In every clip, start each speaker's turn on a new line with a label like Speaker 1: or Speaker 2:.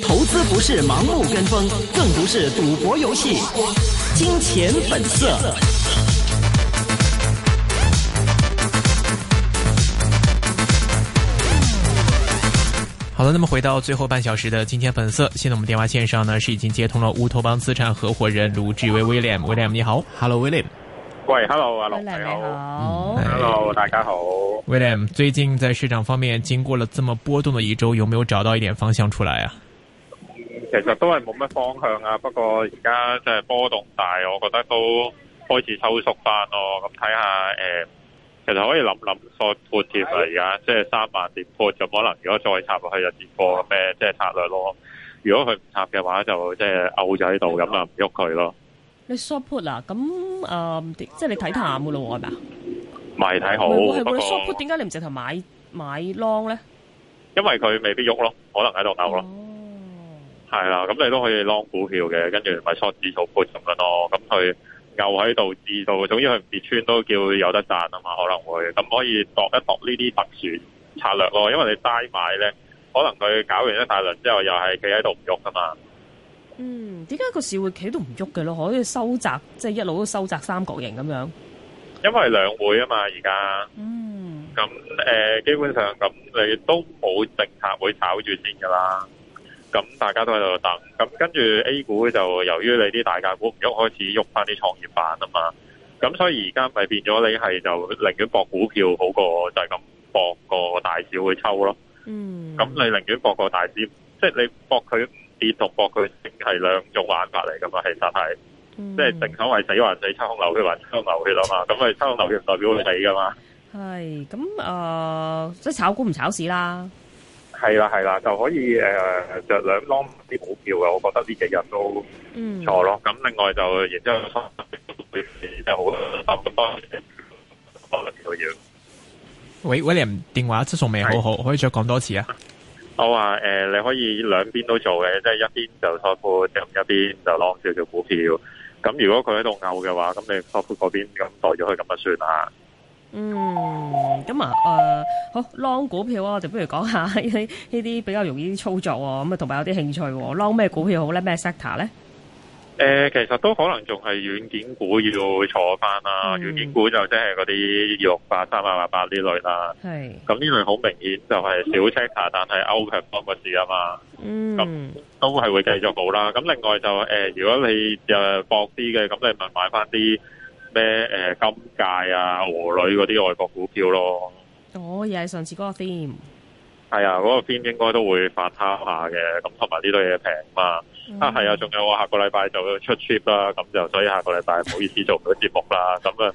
Speaker 1: 投资不是盲目跟风，更不是赌博游戏。金钱本色。
Speaker 2: 好了，那么回到最后半小时的金钱本色，现在我们电话线上呢是已经接通了乌托邦资产合伙人卢志威 William，William 你好，Hello，William。
Speaker 3: 喂，Hello，阿
Speaker 4: 好
Speaker 3: 龙，你好
Speaker 4: 好
Speaker 2: 嗯
Speaker 3: ，Hello，大家好。
Speaker 2: William，最近在市场方面经过了这么波动的一周，有没有找到一点方向出来啊？
Speaker 3: 其實都係冇乜方向啊，不過而家即係波動大，我覺得都開始收縮翻咯。咁睇下誒，其實可以諗諗 short put 添啊，而家即係三萬點 put 就可能如果再插落去就跌破咁嘅即係策略咯。如果佢唔插嘅話，就即係漚咗喺度咁啊，唔喐佢咯。
Speaker 4: 你 short put 啊？咁誒、呃即係你睇淡噶咯喎，係咪啊？
Speaker 3: 唔係睇好，
Speaker 4: 唔係喎
Speaker 3: 不
Speaker 4: 係喎你
Speaker 3: 過
Speaker 4: short put 點解你唔直頭買買 long 咧？
Speaker 3: 因為佢未必喐咯，可能喺度嘔咯。
Speaker 4: 哦
Speaker 3: 係啦，咁你都可以 long 股票嘅，跟住咪 short 指數 put 咁樣咯。咁佢牛喺度至到，總之佢唔跌穿都叫有得賺啊嘛，可能會咁可以度一度呢啲特殊策略咯。因為你齋買咧，可能佢搞完一大輪之後又係企喺度唔喐噶嘛。
Speaker 4: 嗯，點解個市會企都唔喐嘅咯？可以收窄，即係一路都收窄三角形咁樣。
Speaker 3: 因為兩會啊嘛，而家
Speaker 4: 嗯，
Speaker 3: 咁誒，基本上咁你都冇政策會炒住先噶啦。咁大家都喺度等，咁跟住 A 股就由於你啲大價股唔喐，開始喐翻啲創業板啊嘛。咁所以而家咪變咗你係就寧願博股票好過就係咁博個大市會抽咯。
Speaker 4: 嗯，
Speaker 3: 咁你寧願博個大市，即係你博佢唔跌同博佢升係兩種玩法嚟噶嘛。其實係
Speaker 4: 嗯
Speaker 3: 即係正所謂死還死，抽空流血還抽空流血啊嘛。咁咪抽空流血唔代表會死噶嘛。
Speaker 4: 係咁誒，呃即係炒股唔炒市啦。
Speaker 3: 係啦係啦，就可以誒著兩 long 啲股票嘅，我覺得呢幾日都唔
Speaker 4: 嗯，
Speaker 3: 錯咯。咁另外就然之後會真係好咁多我要
Speaker 2: 喂，William，電話質素未好好，可以再講多次啊？
Speaker 3: 我話誒、呃你可以兩邊都做嘅，即係一邊就 short put，咁一邊就 long 少少股票。咁如果佢喺度拗嘅話，咁你 short put 嗰邊咁代咗佢咁就算啦。
Speaker 4: 嗯，咁啊，誒、呃好 long 股票啊，我哋不如講下 呢啲呢啲比較容易操作喎、咁啊同埋有啲興趣喎、long 咩股票好咧？咩 sector 咧？
Speaker 3: 誒、其實都可能仲係軟件股要坐翻啦，
Speaker 4: 嗯
Speaker 3: 軟件股就即係嗰啲二六八、三八八八呢類啦。
Speaker 4: 係，
Speaker 3: 咁呢類好明顯就係小 sector，但係 o 強幫個市啊嘛，
Speaker 4: 嗯，
Speaker 3: 都係會繼續好啦。咁另外就誒、呃如果你誒博啲嘅，咁你咪買翻啲咩誒金界啊、俄女嗰啲外國股票咯。
Speaker 4: 哦，又係上次嗰個 theme，
Speaker 3: 係啊，嗰、個邊應該都會反貪下嘅，咁同埋呢類嘢平嘛。啊，係啊，仲有我下個禮拜就出 trip 啦，咁就所以下個禮拜唔好意思做唔到節目啦。咁啊，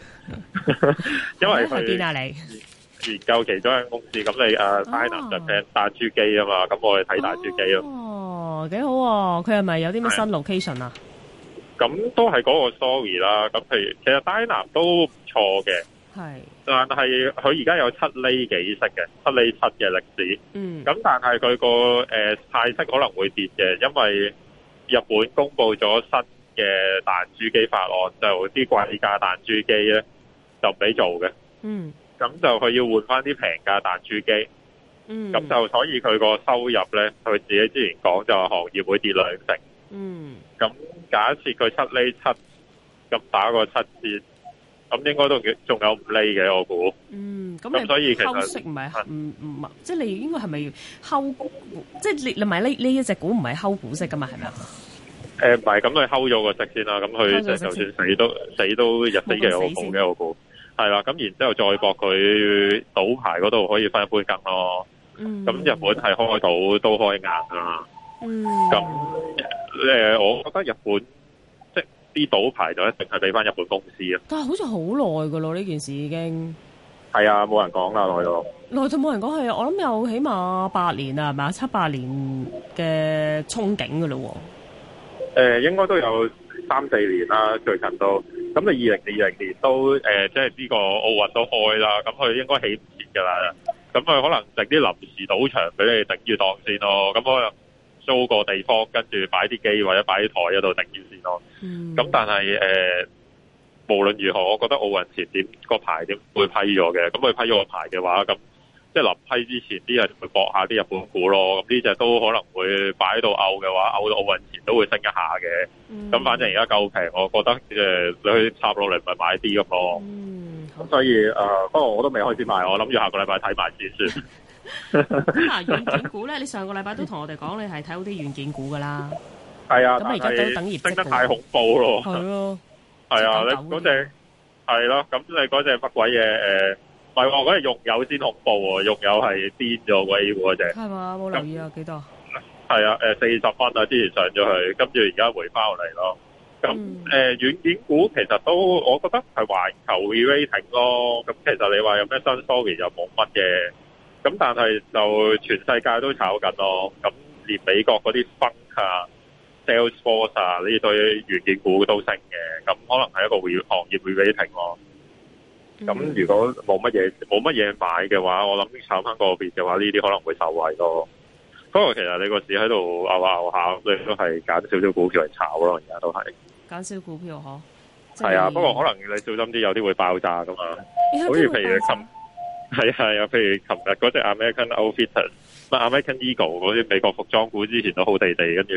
Speaker 3: 因為
Speaker 4: 去
Speaker 3: 佢
Speaker 4: 邊啊你？
Speaker 3: 研究其中一間公司，咁你誒 China 就 plan 彈珠機啊嘛，咁我哋睇彈珠機咯。
Speaker 4: 哦，幾好喎、佢係咪有啲咩新 location 啊？
Speaker 3: 咁都係嗰個 story 啦。咁譬如其實 d y n a 都唔錯嘅，
Speaker 4: 係，
Speaker 3: 但係佢而家有七厘幾息嘅，七厘七嘅歷史。
Speaker 4: 嗯，
Speaker 3: 咁但係佢個誒派息可能會跌嘅，因為日本公布咗新嘅彈珠機法案，就啲貴價彈珠機咧就唔俾做嘅。
Speaker 4: 嗯，
Speaker 3: 咁就佢要換翻啲平價彈珠機，
Speaker 4: 嗯，
Speaker 3: 咁就所以佢個收入咧，佢自己之前講就話行業會跌兩成。
Speaker 4: 嗯，
Speaker 3: 咁假設佢七厘七，咁打個七折，咁應該都仲有五厘嘅，我估。
Speaker 4: 嗯，咁
Speaker 3: 咁
Speaker 4: 你
Speaker 3: 所以其
Speaker 4: 溝
Speaker 3: 實
Speaker 4: 息唔係唔唔，即係你應該係咪溝？即係你唔係呢呢一隻股唔係溝股息噶嘛？係咪啊？
Speaker 3: 呃誒唔係，咁佢睺咗個息先啦，咁佢
Speaker 4: 睺
Speaker 3: 就就
Speaker 4: 咗個息先
Speaker 3: 算死都死都日飛嘅，我估嘅，我估。係啦，咁然之後再搏佢賭牌嗰度可以分一杯羹咯。
Speaker 4: 嗯，
Speaker 3: 咁日本係開到都開硬㗎啦。
Speaker 4: 嗯，
Speaker 3: 咁誒，我覺得日本即係啲賭牌就一定係俾翻日本公司啊。
Speaker 4: 但係好似好耐噶咯，呢件事已經
Speaker 3: 係啊，冇人講啦，內度。
Speaker 4: 耐到冇人講係，我諗有起碼八年啦，係咪啊？七八年嘅憧憬噶咯
Speaker 3: 誒、應呃該都有三四年啦，最近都。咁你二零二零年都誒、呃即係呢個奧運都開啦，咁佢應該起唔切㗎啦。咁佢可能整啲臨時賭場俾你頂住檔先咯。咁可能租個地方，跟住擺啲機或者擺啲台喺度頂住先咯。
Speaker 4: 喎。嗯，
Speaker 3: 咁但係誒、呃無論如何，我覺得奧運前點個牌點會批咗嘅。咁佢批咗個牌嘅話，咁即係臨批之前啲人會搏下啲日本股咯。咁呢只都可能會擺到嘔嘅話，嘔到奧運前都會升一下嘅。
Speaker 4: 嗯
Speaker 3: 咁反正而家夠平，我覺得誒、你去插落嚟咪買啲咁咯。
Speaker 4: 嗯，好
Speaker 3: 咁。所以誒、呃不過我都未開始買，我諗住下個禮拜睇埋先算。
Speaker 4: 咁嗱，軟件股咧，你上個禮拜都同我哋講，你係睇好啲軟件股噶啦，
Speaker 3: 係啊，
Speaker 4: 嗯咁而家
Speaker 3: 但係
Speaker 4: 都等業績
Speaker 3: 升得
Speaker 4: 喎
Speaker 3: 太恐怖咯。
Speaker 4: 係咯，
Speaker 3: 係啊，
Speaker 4: 即係
Speaker 3: 你
Speaker 4: 狗狗
Speaker 3: 嗰隻係咯，咁你嗰隻乜鬼嘢誒？唔係喎，嗰隻用友先恐怖喎，用友係癲咗鬼喎嗰隻，
Speaker 4: 係嘛？冇留意啊，幾多？
Speaker 3: 係啊誒四十蚊啊，之前上咗去，跟住而家回翻落嚟咯。咁
Speaker 4: 嗯
Speaker 3: 誒呃軟件股其實都，我覺得係環球 rating 咯。咁其實你話有咩新 story 又冇乜嘅，咁但係就全世界都炒緊咯。咁連美國嗰啲 Funk 啊、Salesforce 啊呢堆軟件股都升嘅，咁可能係一個 re- 行業 rating 咯。咁如果冇乜嘢冇乜嘢買嘅話，我諗炒翻個別嘅話，呢啲可能會受惠咯。不過其實你個市喺度拗下拗下，你都係揀少少股票嚟炒咯，而家都係。
Speaker 4: 減少股票嗬，
Speaker 3: 係啊，不過可能你小心啲，有啲會爆炸噶嘛。
Speaker 4: 能
Speaker 3: 好似譬如琴係啊係啊，譬如琴日嗰只 American Outfitters，乜 American Eagle 嗰啲美國服裝股之前都好地地，跟住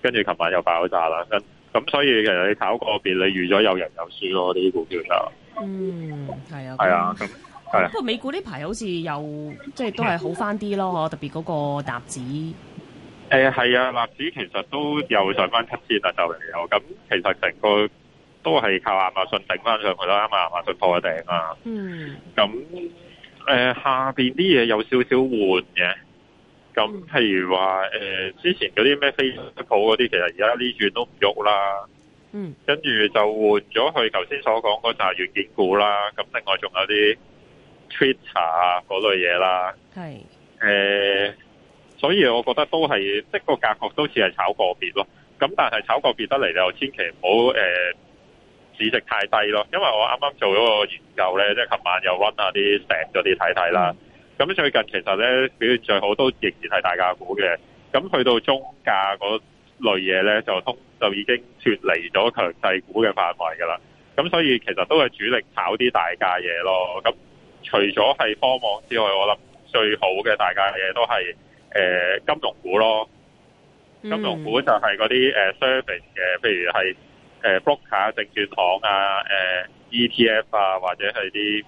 Speaker 3: 跟住琴晚又爆炸啦。跟咁所以其實你炒個別，你預咗有人有輸咯，呢啲股票就
Speaker 4: 嗯係啊，
Speaker 3: 係啊。咁係啊
Speaker 4: 不過美股呢排好似又即係都係好翻啲咯，嗬，特別嗰個納指，
Speaker 3: 誒係啊，納指其實都又上翻七千啊啦，就嚟有咁，其實成個都係靠亞馬遜頂翻上去啦，啱啊，亞馬遜破咗頂啦。
Speaker 4: 嗯
Speaker 3: 咁誒、呃下邊啲嘢有少少換嘅，
Speaker 4: 嗯
Speaker 3: 咁譬如話誒、呃之前嗰啲咩 Facebook 嗰啲，其實而家呢轉都唔喐啦，
Speaker 4: 嗯
Speaker 3: 跟住就換咗去頭先所講嗰扎軟件股啦，咁另外仲有啲 Twitter 啊嗰類嘢啦。
Speaker 4: 係，
Speaker 3: 誒、呃所以我覺得都係即係個格局都似係炒個別咯。咁但係炒個別得嚟就千祈唔好誒市值太低咯，因為我啱啱做咗個研究咧，即係琴晚又 run 下啲成咗啲睇睇啦。咁最近其實咧表現最好都仍然係大價股嘅，咁去到中價嗰類嘢咧就通就已經脱離咗強勢股嘅範圍㗎啦。咁所以其實都係主力炒啲大價嘢咯。咁除咗係科網之外，我諗最好嘅大家嘢都係誒、呃金融股咯，
Speaker 4: 金
Speaker 3: 金融股就係嗰啲誒 service 嘅，譬如係誒 broker 證券行啊、誒、ETF 啊，或者係啲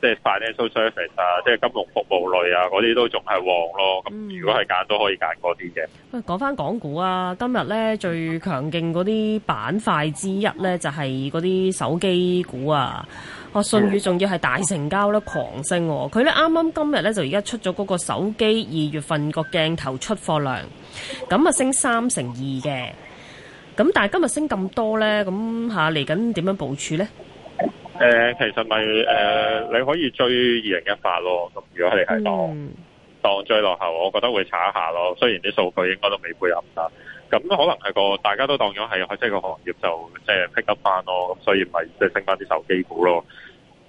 Speaker 3: 即係 financial service 啊，即係金融服務類啊，嗰啲都仲係旺咯。
Speaker 4: 嗯
Speaker 3: 咁如果係揀都可以揀嗰啲嘅。
Speaker 4: 喂，講翻港股啊，今日咧最強勁嗰啲板塊之一咧，就係嗰啲手機股啊。哦，信宇仲要係大成交咧，狂升喎、佢咧啱啱今日咧就而家出咗嗰個手機二月份個鏡頭出貨量，咁啊升三成二嘅。咁但係今日升咁多咧，咁嚇嚟緊點樣部署咧？
Speaker 3: 誒、其實咪誒、呃你可以追二零一八咯。咁如果你係當。
Speaker 4: 嗯，
Speaker 3: 當追落後，我覺得會炒一下咯。雖然啲數據應該都未配合啦，咁可能係個大家都當咗係即係個行業就即係 pick up 翻咯，咁所以咪即係升翻啲手機股咯。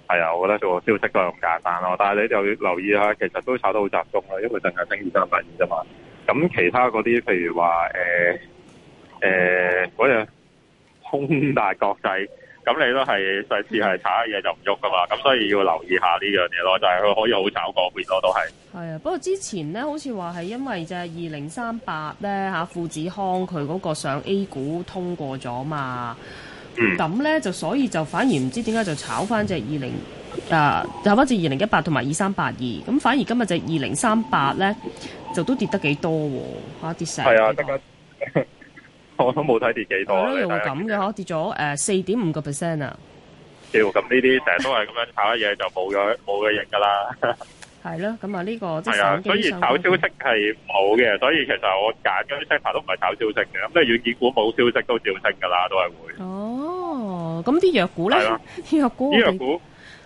Speaker 3: 係啊，我覺得個消息都係咁簡單咯。但係你就要留意下，其實都炒得好集中啦，因為淨係升二三八二啫嘛。咁其他嗰啲譬如話誒誒嗰隻空大國際。咁你都係上次係炒嘢就唔喐噶嘛，咁所以要留意下呢樣嘢咯，就係、佢可以好炒個別咯，都係。
Speaker 4: 係啊。不過之前咧，好似話係因為就係二零三八咧嚇富子康佢嗰個上 A 股通過咗嘛。
Speaker 3: 嗯。
Speaker 4: 咁咧就所以就反而唔知點解就炒翻只二零啊，炒翻只二零一八同埋二三八二，咁反而今日就二零三八咧就都跌得幾多喎、嚇跌成
Speaker 3: 係啊，
Speaker 4: 幾
Speaker 3: 得
Speaker 4: 多
Speaker 3: 家 我都冇睇跌幾多
Speaker 4: 係
Speaker 3: 啊。
Speaker 4: 咯，
Speaker 3: 你
Speaker 4: 又會
Speaker 3: 睇下
Speaker 4: 咁嘅嗬，跌咗誒四點五個 percent 啊，
Speaker 3: 屌，咁呢啲成日都係咁樣炒嘢就冇咗冇嘅型噶啦。
Speaker 4: 係咯，咁啊呢個即係
Speaker 3: 係啊，
Speaker 4: 手
Speaker 3: 所以
Speaker 4: 機上
Speaker 3: 炒消息係唔好嘅，所以其實我揀嗰啲 sector 都唔係炒消息嘅。咁你軟件股冇消息都照升噶啦，都係會。
Speaker 4: 哦，咁啲藥股咧
Speaker 3: 係啊，
Speaker 4: 藥股我
Speaker 3: 醫藥
Speaker 4: 哋
Speaker 3: 股，
Speaker 4: 哦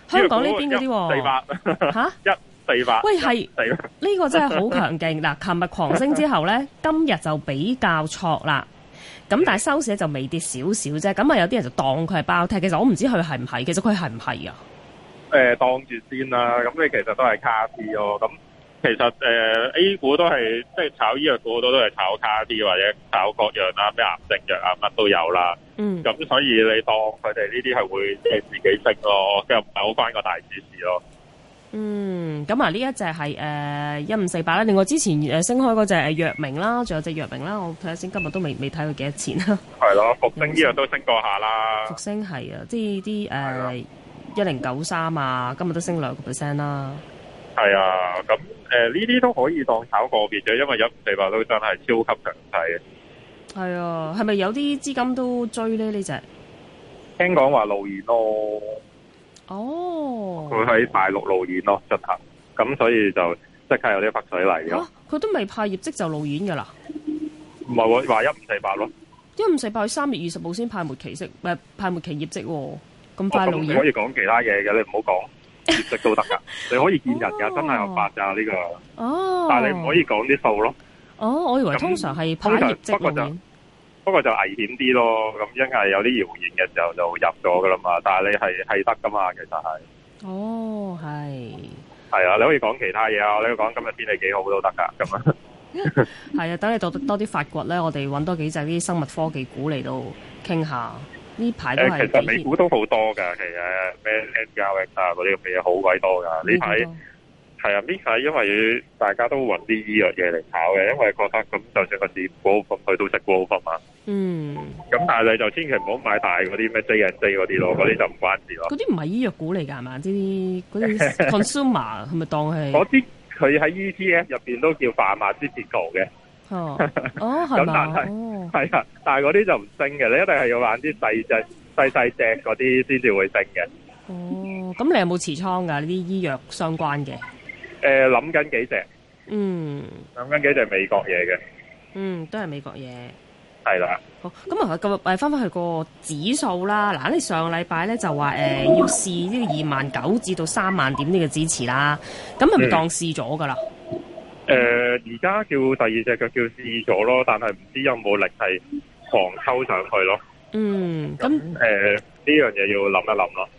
Speaker 4: 香港呢邊嗰啲
Speaker 3: 四
Speaker 4: 喎
Speaker 3: 百
Speaker 4: 嚇。
Speaker 3: 四百，
Speaker 4: 喂係
Speaker 3: 四百，
Speaker 4: 呢個真係好強勁嗱！琴日狂升之後呢，今日就比較挫啦。咁但係收市就微跌少少啫。咁啊，有啲人就當佢係包踢，其實我唔知佢係唔係，其實佢係唔係啊？
Speaker 3: 誒呃當住先啦。咁你其實都係卡啲咯。咁其實誒 A 股都係即係炒醫藥股好多都係炒卡啲或者炒各樣啦，咩癌症藥啊乜都有啦。
Speaker 4: 嗯，
Speaker 3: 咁所以你當佢哋呢啲係會即係自己升咯，即係唔係好關個大市事咯。
Speaker 4: 嗯，咁啊呢一隻係誒一五四八啦，另外之前誒升開嗰隻誒藥明啦，仲有隻藥明啦，我睇下先，今日都未未睇佢幾多錢啦。
Speaker 3: 係咯，復星呢樣都升過下啦，
Speaker 4: 復星係啊，即係啲
Speaker 3: 係啊
Speaker 4: 誒一零九三啊，今日都升兩個 percent 啦。
Speaker 3: 係啊，咁誒呢啲都可以當炒個別嘅，因為一五四八都真係超級強勢。
Speaker 4: 係啊，係咪有啲資金都追呢？呢隻？
Speaker 3: 聽講話路演咯，
Speaker 4: 哦，
Speaker 3: 佢喺大陸路演咯執行，咁所以就即刻有啲北水嚟咯
Speaker 4: 啊。佢都未派業績就路演㗎啦，
Speaker 3: 唔係話話一五四八咯，
Speaker 4: 一五四八佢三月二十號先派末期息，誒、派末期業績喎、咁快
Speaker 3: 哦咁
Speaker 4: 路
Speaker 3: 你
Speaker 4: 演
Speaker 3: 可以講其他嘢嘅，你唔好 講業績都得㗎，你可以見人㗎，
Speaker 4: 哦
Speaker 3: 真係合法㗎呢個，
Speaker 4: 哦，
Speaker 3: 但係你唔可以講啲數咯。
Speaker 4: 哦，我以為
Speaker 3: 咁
Speaker 4: 通常係派
Speaker 3: 通常
Speaker 4: 業績
Speaker 3: 不過
Speaker 4: 路
Speaker 3: 就
Speaker 4: 演。
Speaker 3: 不過就危險啲咯，咁因為有啲謠言嘅時候就入咗㗎啦嘛，但係你係係得㗎嘛，其實係
Speaker 4: 哦，係
Speaker 3: 係啊，你可以講其他嘢啊，你可以講今日天氣幾好都得㗎咁啊。
Speaker 4: 係啊，等你多多啲發掘咧，我哋揾多幾隻啲生物科技股嚟到傾下。呢排 都
Speaker 3: 誒，呃其
Speaker 4: 係
Speaker 3: 實
Speaker 4: 幾
Speaker 3: 美
Speaker 4: 熱
Speaker 3: 股都好多㗎，其實咩 NGRX 啊嗰啲咁嘅嘢好鬼多㗎。呢排
Speaker 4: 呢
Speaker 3: 係啊，呢排因為大家都揾啲醫藥嘢嚟炒嘅，因為覺得咁就算個市唔好，咁佢都識 g r o 嘛。
Speaker 4: 個嗯，
Speaker 3: 咁但係你就千祈唔好買大嗰啲咩 J and J 嗰啲咯，嗰啲就唔關事咯。
Speaker 4: 嗰啲唔係醫藥股嚟㗎係嘛？呢啲嗰 啲 consumer 係咪當
Speaker 3: 嗰
Speaker 4: 係？
Speaker 3: 啲佢喺 ETF 入邊都叫泛馬之跌圖嘅，
Speaker 4: 哦，哦係
Speaker 3: 咁
Speaker 4: 嘛？
Speaker 3: 但係
Speaker 4: 哦，
Speaker 3: 係啊，但係嗰啲就唔升嘅，你一定係要玩啲細隻、細細隻嗰啲先至會升嘅。
Speaker 4: 哦，咁你有冇持倉㗎？呢啲醫藥相關嘅？
Speaker 3: 誒諗緊幾隻，
Speaker 4: 嗯
Speaker 3: 諗緊幾隻美國嘢嘅，
Speaker 4: 嗯，都係美國嘢。
Speaker 3: 係啦，
Speaker 4: 好，咁啊，咁誒翻返去個指數啦。嗱，你上個禮拜咧就話誒、呃要試呢個二萬九至到三萬點呢個支持啦。咁係咪
Speaker 3: 嗯
Speaker 4: 當試咗㗎啦？
Speaker 3: 誒而家叫第二隻腳叫試咗咯，但係唔知有冇力係狂抽上去咯。
Speaker 4: 嗯，
Speaker 3: 咁
Speaker 4: 咁
Speaker 3: 誒呢樣嘢要諗一諗咯。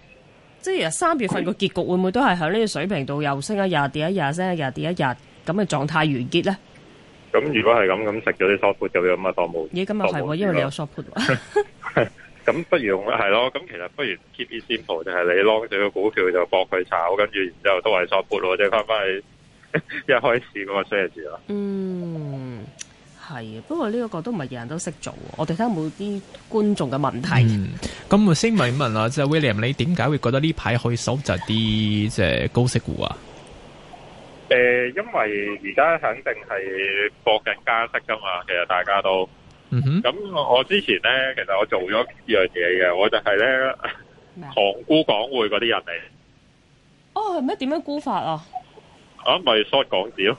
Speaker 4: 即係三月份個結局會唔會都係喺呢個水平度又升一日跌一日，升一日跌一日咁嘅狀態完結咧？
Speaker 3: 咁如果係咁，咁食咗啲 short put 咁樣咁啊，當冇。
Speaker 4: 咦，今日係
Speaker 3: 當
Speaker 4: 喎，
Speaker 3: 冇
Speaker 4: 因為你
Speaker 3: 事咯
Speaker 4: 有 short put 喎。
Speaker 3: 咁不如用係咯，咁其實不如 keep it simple 就係你 long 咗個股票就搏佢炒，跟住然之後都係 short put 咯，即係翻翻去 一開始嗰個 share 字啦。
Speaker 4: 嗯，係啊。不過呢一個都唔係人人都識做喎。我哋睇下有冇啲觀眾嘅問題。
Speaker 2: 嗯，咁我先問一問啦，即係 William，你點解會覺得呢排可以搜集啲即係高息股啊？
Speaker 3: 誒、因為而家肯定係搏緊加息噶嘛，其實大家都。
Speaker 2: 嗯哼，
Speaker 3: 咁我我之前咧，其實我做咗一樣嘢嘅，我就係咧
Speaker 4: 咩啊
Speaker 3: 狂沽港匯嗰啲人嚟，
Speaker 4: 哦，係咩點樣估法啊？
Speaker 3: 我咪 short 港紙咯。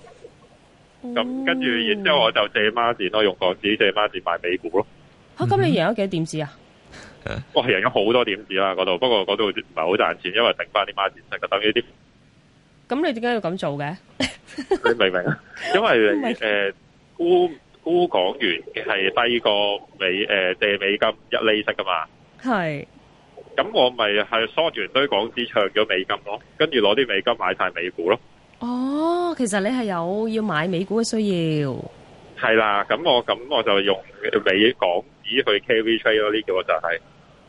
Speaker 3: 咁跟住
Speaker 4: 哦
Speaker 3: 然之後我就借孖展咯，用港紙借孖展買美股咯。
Speaker 4: 嚇，咁你贏咗幾多點子啊？
Speaker 3: 哇，贏咗好多點子啦嗰度，不過嗰度唔係好賺錢，因為頂翻啲孖展息嘅，等 於啲
Speaker 4: 咁你點解要咁做嘅？
Speaker 3: 你明唔明啊？因為
Speaker 4: 唔
Speaker 3: 你
Speaker 4: 係
Speaker 3: 誒沽沽港元係低過美誒、呃借美金一厘息噶嘛，
Speaker 4: 係，
Speaker 3: 咁我咪係 short 完堆港紙唱咗美金咯，跟住攞啲美金買晒美股咯。
Speaker 4: 哦，其實你係有要買美股嘅需要。
Speaker 3: 係啦，咁我咁我就用美港紙去 carry trade 咯，呢個就係、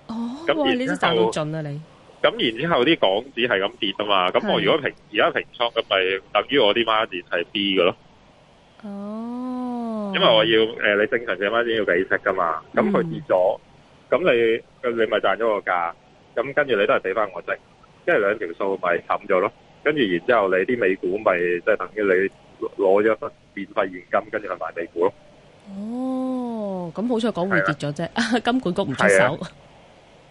Speaker 4: 哦，
Speaker 3: 咁
Speaker 4: 哇！
Speaker 3: 然
Speaker 4: 你都
Speaker 3: 之
Speaker 4: 賺到
Speaker 3: 後
Speaker 4: 盡啊你。
Speaker 3: 咁然之後啲港紙係咁跌啊嘛，咁我
Speaker 4: 係
Speaker 3: 如果平而家平倉咁咪等於我啲孖展係 B 嘅咯，
Speaker 4: 哦。
Speaker 3: 因為我要誒、呃你正常嘅孖展要俾息噶嘛，咁佢
Speaker 4: 嗯
Speaker 3: 跌咗，咁你你咪賺咗個價，咁跟住你都係俾翻我息，跟住兩條數咪冚咗咯，跟住然之後你啲美股咪即係等於你攞咗份免費現金，跟住去買美股咯，
Speaker 4: 哦，咁好彩港匯跌咗啫， 金管局唔出
Speaker 3: 係
Speaker 4: 手
Speaker 3: 啊。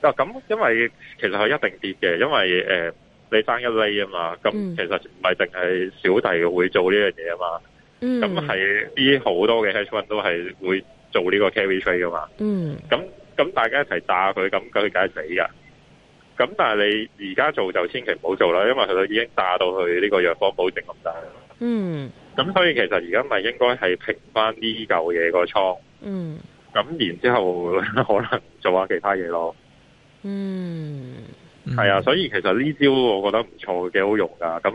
Speaker 3: 嗱咁因為其實佢一定跌嘅，因為誒、呃你爭一厘啊嘛，咁
Speaker 4: 嗯
Speaker 3: 其實唔係淨係小弟會做呢樣嘢啊嘛。
Speaker 4: 嗯。
Speaker 3: 咁係呢好多嘅 hedge fund 都係會做呢個 carry trade 噶嘛。
Speaker 4: 嗯。
Speaker 3: 咁咁大家一齊炸佢，咁佢梗係死噶。咁但係你而家做就千祈唔好做啦，因為佢已經炸到去呢個藥方保證咁大。
Speaker 4: 嗯。
Speaker 3: 咁所以其實而家咪應該係平翻呢嚿嘢個倉，
Speaker 4: 嗯。
Speaker 3: 咁然之後 可能做下其他嘢咯。
Speaker 4: 嗯。
Speaker 3: 係啊，所以其實呢招我覺得唔錯，幾好用噶。咁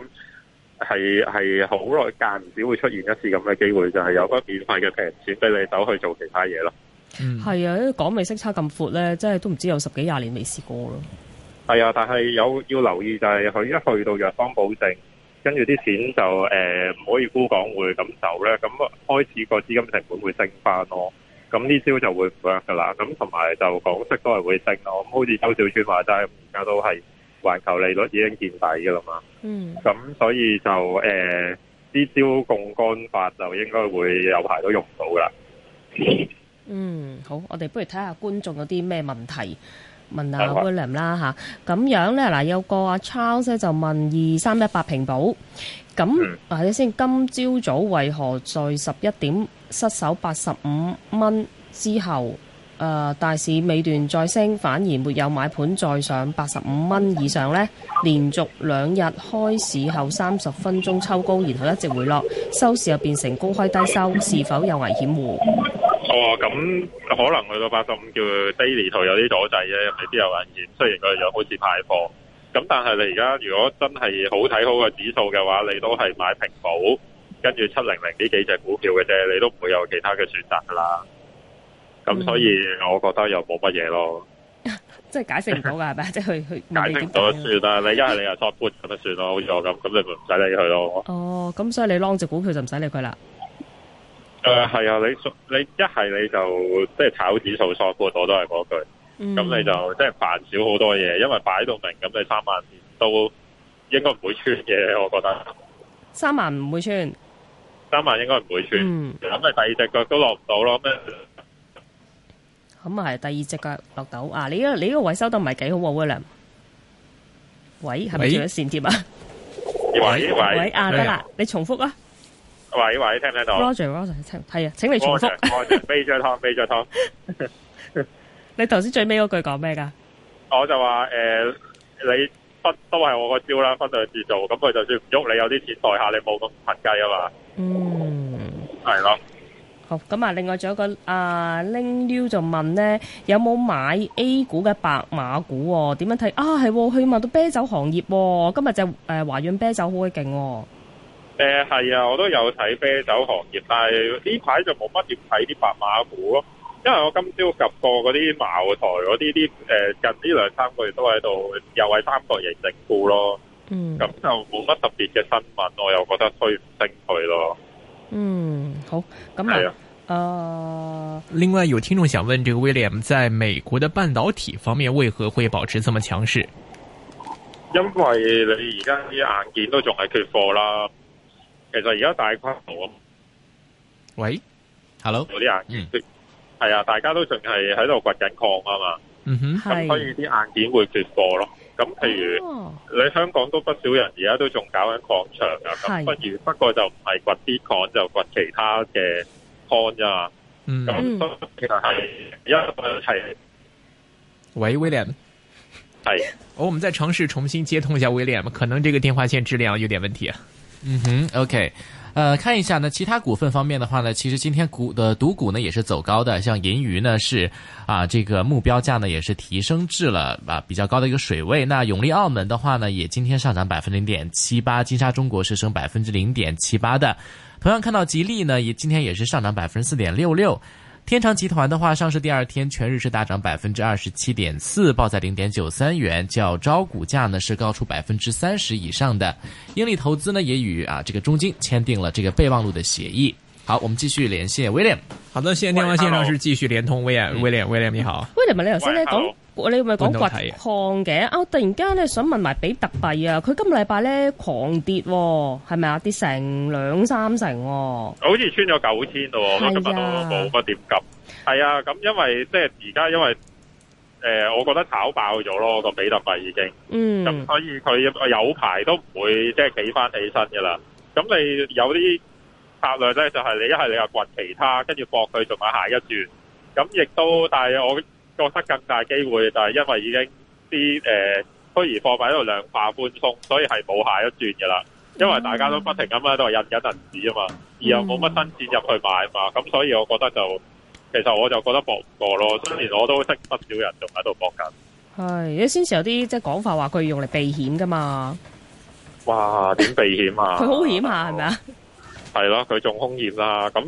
Speaker 3: 係係好耐間唔少會出現一次咁嘅機會，就係、有筆免費嘅平錢俾你走去做其他嘢咯。
Speaker 2: 嗯
Speaker 4: 係啊，因為港美息差咁闊咧，真係都唔知有十幾廿年未試過咯。
Speaker 3: 係啊，但係有要留意就係佢一去到藥方保證，跟住啲錢就誒唔可以沽港匯咁走咧，咁開始個資金成本會升翻咯。咁呢招就會唔 work 噶啦。咁同埋就港息都係會升咯。咁好似周小川話齋，而家都係環球利率已經見底噶啦嘛。
Speaker 4: 嗯
Speaker 3: 咁所以就誒呢、招槓桿法就應該會有排都用唔到噶啦。
Speaker 4: 嗯，好，我哋不如睇下觀眾有啲咩問題。問
Speaker 3: 好
Speaker 4: 阿
Speaker 3: 啊
Speaker 4: William 啦吓，咁樣咧嗱，有個阿 Charles 咧就問二三一八平保，咁
Speaker 3: 嗯
Speaker 4: 或者先，今朝早為何在十一點失守八十五蚊之後，誒、呃大市尾段再升，反而沒有買盤再上八十五
Speaker 3: 嗯
Speaker 4: 蚊以上呢？連續兩日開市後三十分鐘抽高，然後一直回落，收市又變成高開低收，是否有危險户？
Speaker 3: 哦，咁可能去到八十五叫 daily 圖有啲阻滯啫，未必有眼見。雖然佢樣好似派貨，咁但係你而家如果真係好睇好個指數嘅話，你都係買平保，跟住七零零呢幾隻股票嘅啫，你都唔會有其他嘅選擇噶啦。咁所以我覺得又冇乜嘢咯，
Speaker 4: 即係解釋唔到 㗎，係咪？即係佢佢
Speaker 3: 解
Speaker 4: 問你
Speaker 3: 釋唔
Speaker 4: 點
Speaker 3: 到
Speaker 4: 解啊？
Speaker 3: 就算啦。你一係你又 short put 咁就算咯，好似我咁，咁你咪唔使理佢咯。
Speaker 4: 哦，咁所以你 long 只股票就唔使理佢啦。
Speaker 3: 誒係啊，你你一係你就即係炒指數 short put，我都係嗰句。
Speaker 4: 嗯
Speaker 3: 咁你就即係煩少好多嘢，因為擺到明，咁你三萬年都應該唔會穿嘅，我覺得
Speaker 4: 三萬唔會穿。
Speaker 3: 三萬應該唔會穿。咁
Speaker 4: 嗯，
Speaker 3: 你第二隻腳都落唔到咯，咩？
Speaker 4: 咁啊係第二隻腳落到啊！你呢個你呢個位收得唔係幾好喎，William。喂，係咪
Speaker 2: 喂
Speaker 4: 仲有線貼啊？
Speaker 3: 喂
Speaker 4: 喂
Speaker 3: 喂
Speaker 4: 啊，得啦，你重複啊
Speaker 3: 喂喂，聽唔聽到？
Speaker 4: ，Roger，Roger，請係啊，請你重
Speaker 3: 我就
Speaker 4: 複。
Speaker 3: 我就飛咗湯，飛咗湯。
Speaker 4: 你頭先最尾嗰句講咩㗎？
Speaker 3: 我就話誒、呃你分都係我個招啦，分兩次做。咁佢就算唔喐，你有啲錢袋下，你冇咁騰雞啊嘛。
Speaker 4: 嗯。
Speaker 3: 係咯，
Speaker 4: 好咁啊！另外仲有個啊 Ling Liu 就問呢，有冇買 A 股嘅白馬股、喎？點樣睇啊？係喎，佢問到啤酒行業、喎，今日就誒、呃、華潤啤酒好鬼勁喎。
Speaker 3: 誒係啊，我都有睇啤酒行業，但係呢排就冇乜點睇啲白馬股咯。因為我今朝及過嗰啲茅台嗰啲啲誒近呢兩三個月都喺度又係三角形整固咯，
Speaker 4: 嗯
Speaker 3: 咁就冇乜特別嘅新聞，我又覺得推唔升佢咯。
Speaker 4: 嗯，好咁
Speaker 3: 係
Speaker 4: 啊
Speaker 3: 啊，，
Speaker 4: 誒、
Speaker 2: 另外有听众想问，这个 William 在美国的半导体方面为何会保持这么强势？
Speaker 3: 因為你而家啲硬件都仲係缺貨啦，其實而家大規模
Speaker 2: 喂，Hello，
Speaker 3: 嗰啲硬件缺，係啊，大家都仲係喺度掘緊礦啊嘛，
Speaker 2: 嗯哼，
Speaker 3: 咁所以
Speaker 4: 係。
Speaker 3: 啲硬件會缺貨咯。咁譬如。
Speaker 4: 哦
Speaker 3: 你香港都不少人而家都仲搞緊礦場啊，
Speaker 4: 係
Speaker 3: 咁不如不過就唔係掘啲礦，就掘其他嘅礦啫嘛。
Speaker 2: 嗯，
Speaker 4: 嗯
Speaker 3: 咁都其實係一個係
Speaker 2: 喂，William，
Speaker 3: 係
Speaker 2: 哦我们再尝试重新接通一下 William，可能这个电话线质量有点问题啊。
Speaker 5: 嗯哼，OK，呃，看一下呢，其他股份方面的话呢，其实今天股的赌股呢也是走高的，像银娱呢是啊，这个目标价呢也是提升至了啊比较高的一个水位。那永利澳门的话呢，也今天上涨百分之零点七八，金沙中国是升百分之零点七八的。同样看到吉利呢，也今天也是上涨百分之四点六六。天长集团的话，上市第二天全日是大涨百分之二十七点四，报在零点九三元，较招股价呢是高出百分之三十以上的。英利投资呢也与啊这个中金签订了这个备忘录的协议。好，我们继续连线 William。
Speaker 2: 好的，现在电话线上是继续连通 William，William，William 你好。
Speaker 4: 喂，你咪你頭先咧
Speaker 3: 喂
Speaker 4: 講，你咪講
Speaker 2: 半導體
Speaker 4: 掘礦嘅啊！我突然間咧想問埋比特幣啊，佢今個禮拜咧狂跌喎，係咪啊？跌成兩三成喎。
Speaker 3: 好似穿咗九千咯，
Speaker 4: 係啊
Speaker 3: 咁今日都冇乜點急。係啊，咁因為即係而家因為誒、呃我覺得炒爆咗咯個比特幣已經。咁
Speaker 4: 嗯
Speaker 3: 所以佢有排都唔會即係企翻起身嘅啦。咁你有啲策略咧，就係、你一係你又掘其他，跟住搏佢仲買下一轉。咁亦都，但係我覺得更大機會就係因為已經啲呃誒虛擬貨幣喺度量化寬鬆，所以係冇下一轉嘅啦。因為大家都不停咁喺度印緊銀紙啊嘛，而又冇乜新錢入去買啊嘛，咁所以我覺得就其實我就覺得搏唔過咯。雖然我都識不少人仲喺度搏緊。
Speaker 4: 係，因為先時有啲即係講法話佢用嚟避險噶嘛，
Speaker 3: 哇！點避險啊？
Speaker 4: 佢好險下係咪啊？
Speaker 3: 係咯，佢仲空險啦。咁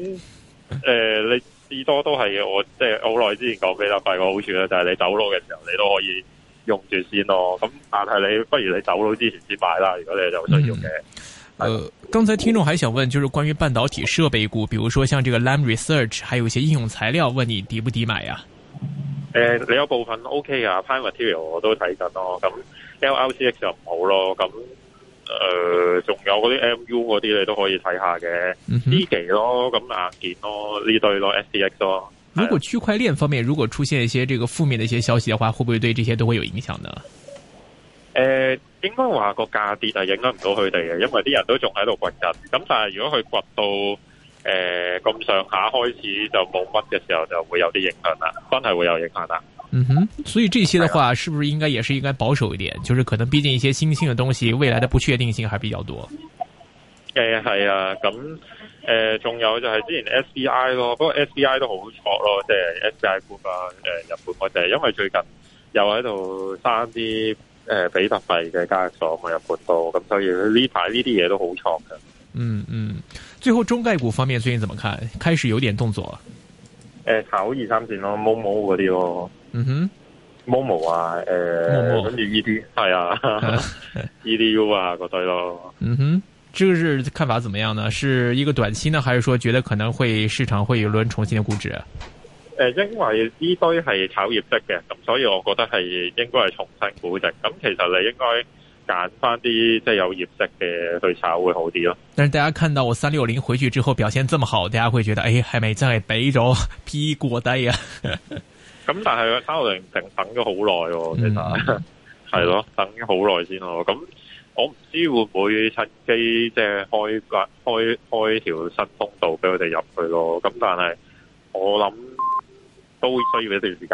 Speaker 3: 诶、誒你至多都係我即係好耐之前講比特幣個好處咧，就係你走佬嘅時候，你都可以用住先咯。咁但係你不如你走佬之前先買啦，如果你有需要嘅。
Speaker 2: 呃，刚才听众还想问，就是关于半导体设备股，比如说像这个 Lam Research，还有一些应用材料，问你抵不抵买呀、
Speaker 3: 诶、呃你有部分 O K 噶 p i Material 我都睇緊咯，咁 L R C X 就唔好咯，咁诶仲有嗰啲 M U 嗰啲你都可以睇下嘅，
Speaker 2: 嗯哼
Speaker 3: 呢期咯，咁硬件咯，呢對咯，S D X 咯，
Speaker 2: 如果区块链方面如果出现一些这个负面的一些消息的话，会不会对这些都会有影响呢？
Speaker 3: 诶、呃應該話個價跌啊係影響唔到佢哋嘅，因為啲人都仲喺度掘緊，咁但係如果佢掘到诶咁上下開始就冇乜嘅時候，就會有啲影響啦，真係會有影響啦。
Speaker 2: 嗯哼，所以这些的话，是不是应该也是应该保守一点？就是可能毕竟一些新兴的东西，未来的不确定性还比较多。
Speaker 3: 嘅係啊，咁誒仲有就係之前 SBI 咯，不過 SBI 都好錯咯，即係 SBI Group 啊，誒日本嗰隻，因為最近又喺度生啲誒比特幣嘅交易所嘛，日本度，咁所以呢排呢啲嘢都好錯嘅。
Speaker 2: 嗯嗯，最后中概股方面最近怎么看？开始有点动作了。
Speaker 3: 誒炒二三線咯，Momo 嗰啲咯
Speaker 2: 嗯哼，
Speaker 3: ，Momo 啊，誒
Speaker 2: Momo
Speaker 3: 跟住 ED 係啊，EDU 啊嗰堆咯。
Speaker 2: 嗯哼，这个是看法怎么样呢？是一个短期呢，还是说觉得可能会市场会有一轮重新的估值？
Speaker 3: 誒，呃因為呢堆係炒業績嘅，咁所以我覺得係應該係重新估值。咁其實你應該揀翻啲即係有業績嘅去炒會好啲咯。
Speaker 2: 但是大家看到我三六零回去之后表现这么好，大家会觉得哎，系咪真系俾 咗 P 过低啊？
Speaker 3: 咁但係三六零等等咗好耐喎，
Speaker 2: 嗯
Speaker 3: 其實係咯、等咗好耐先咯。咁我唔知會唔會趁機即係開發開開條新通道俾佢哋入去咯。咁但係我諗都需要一段時間。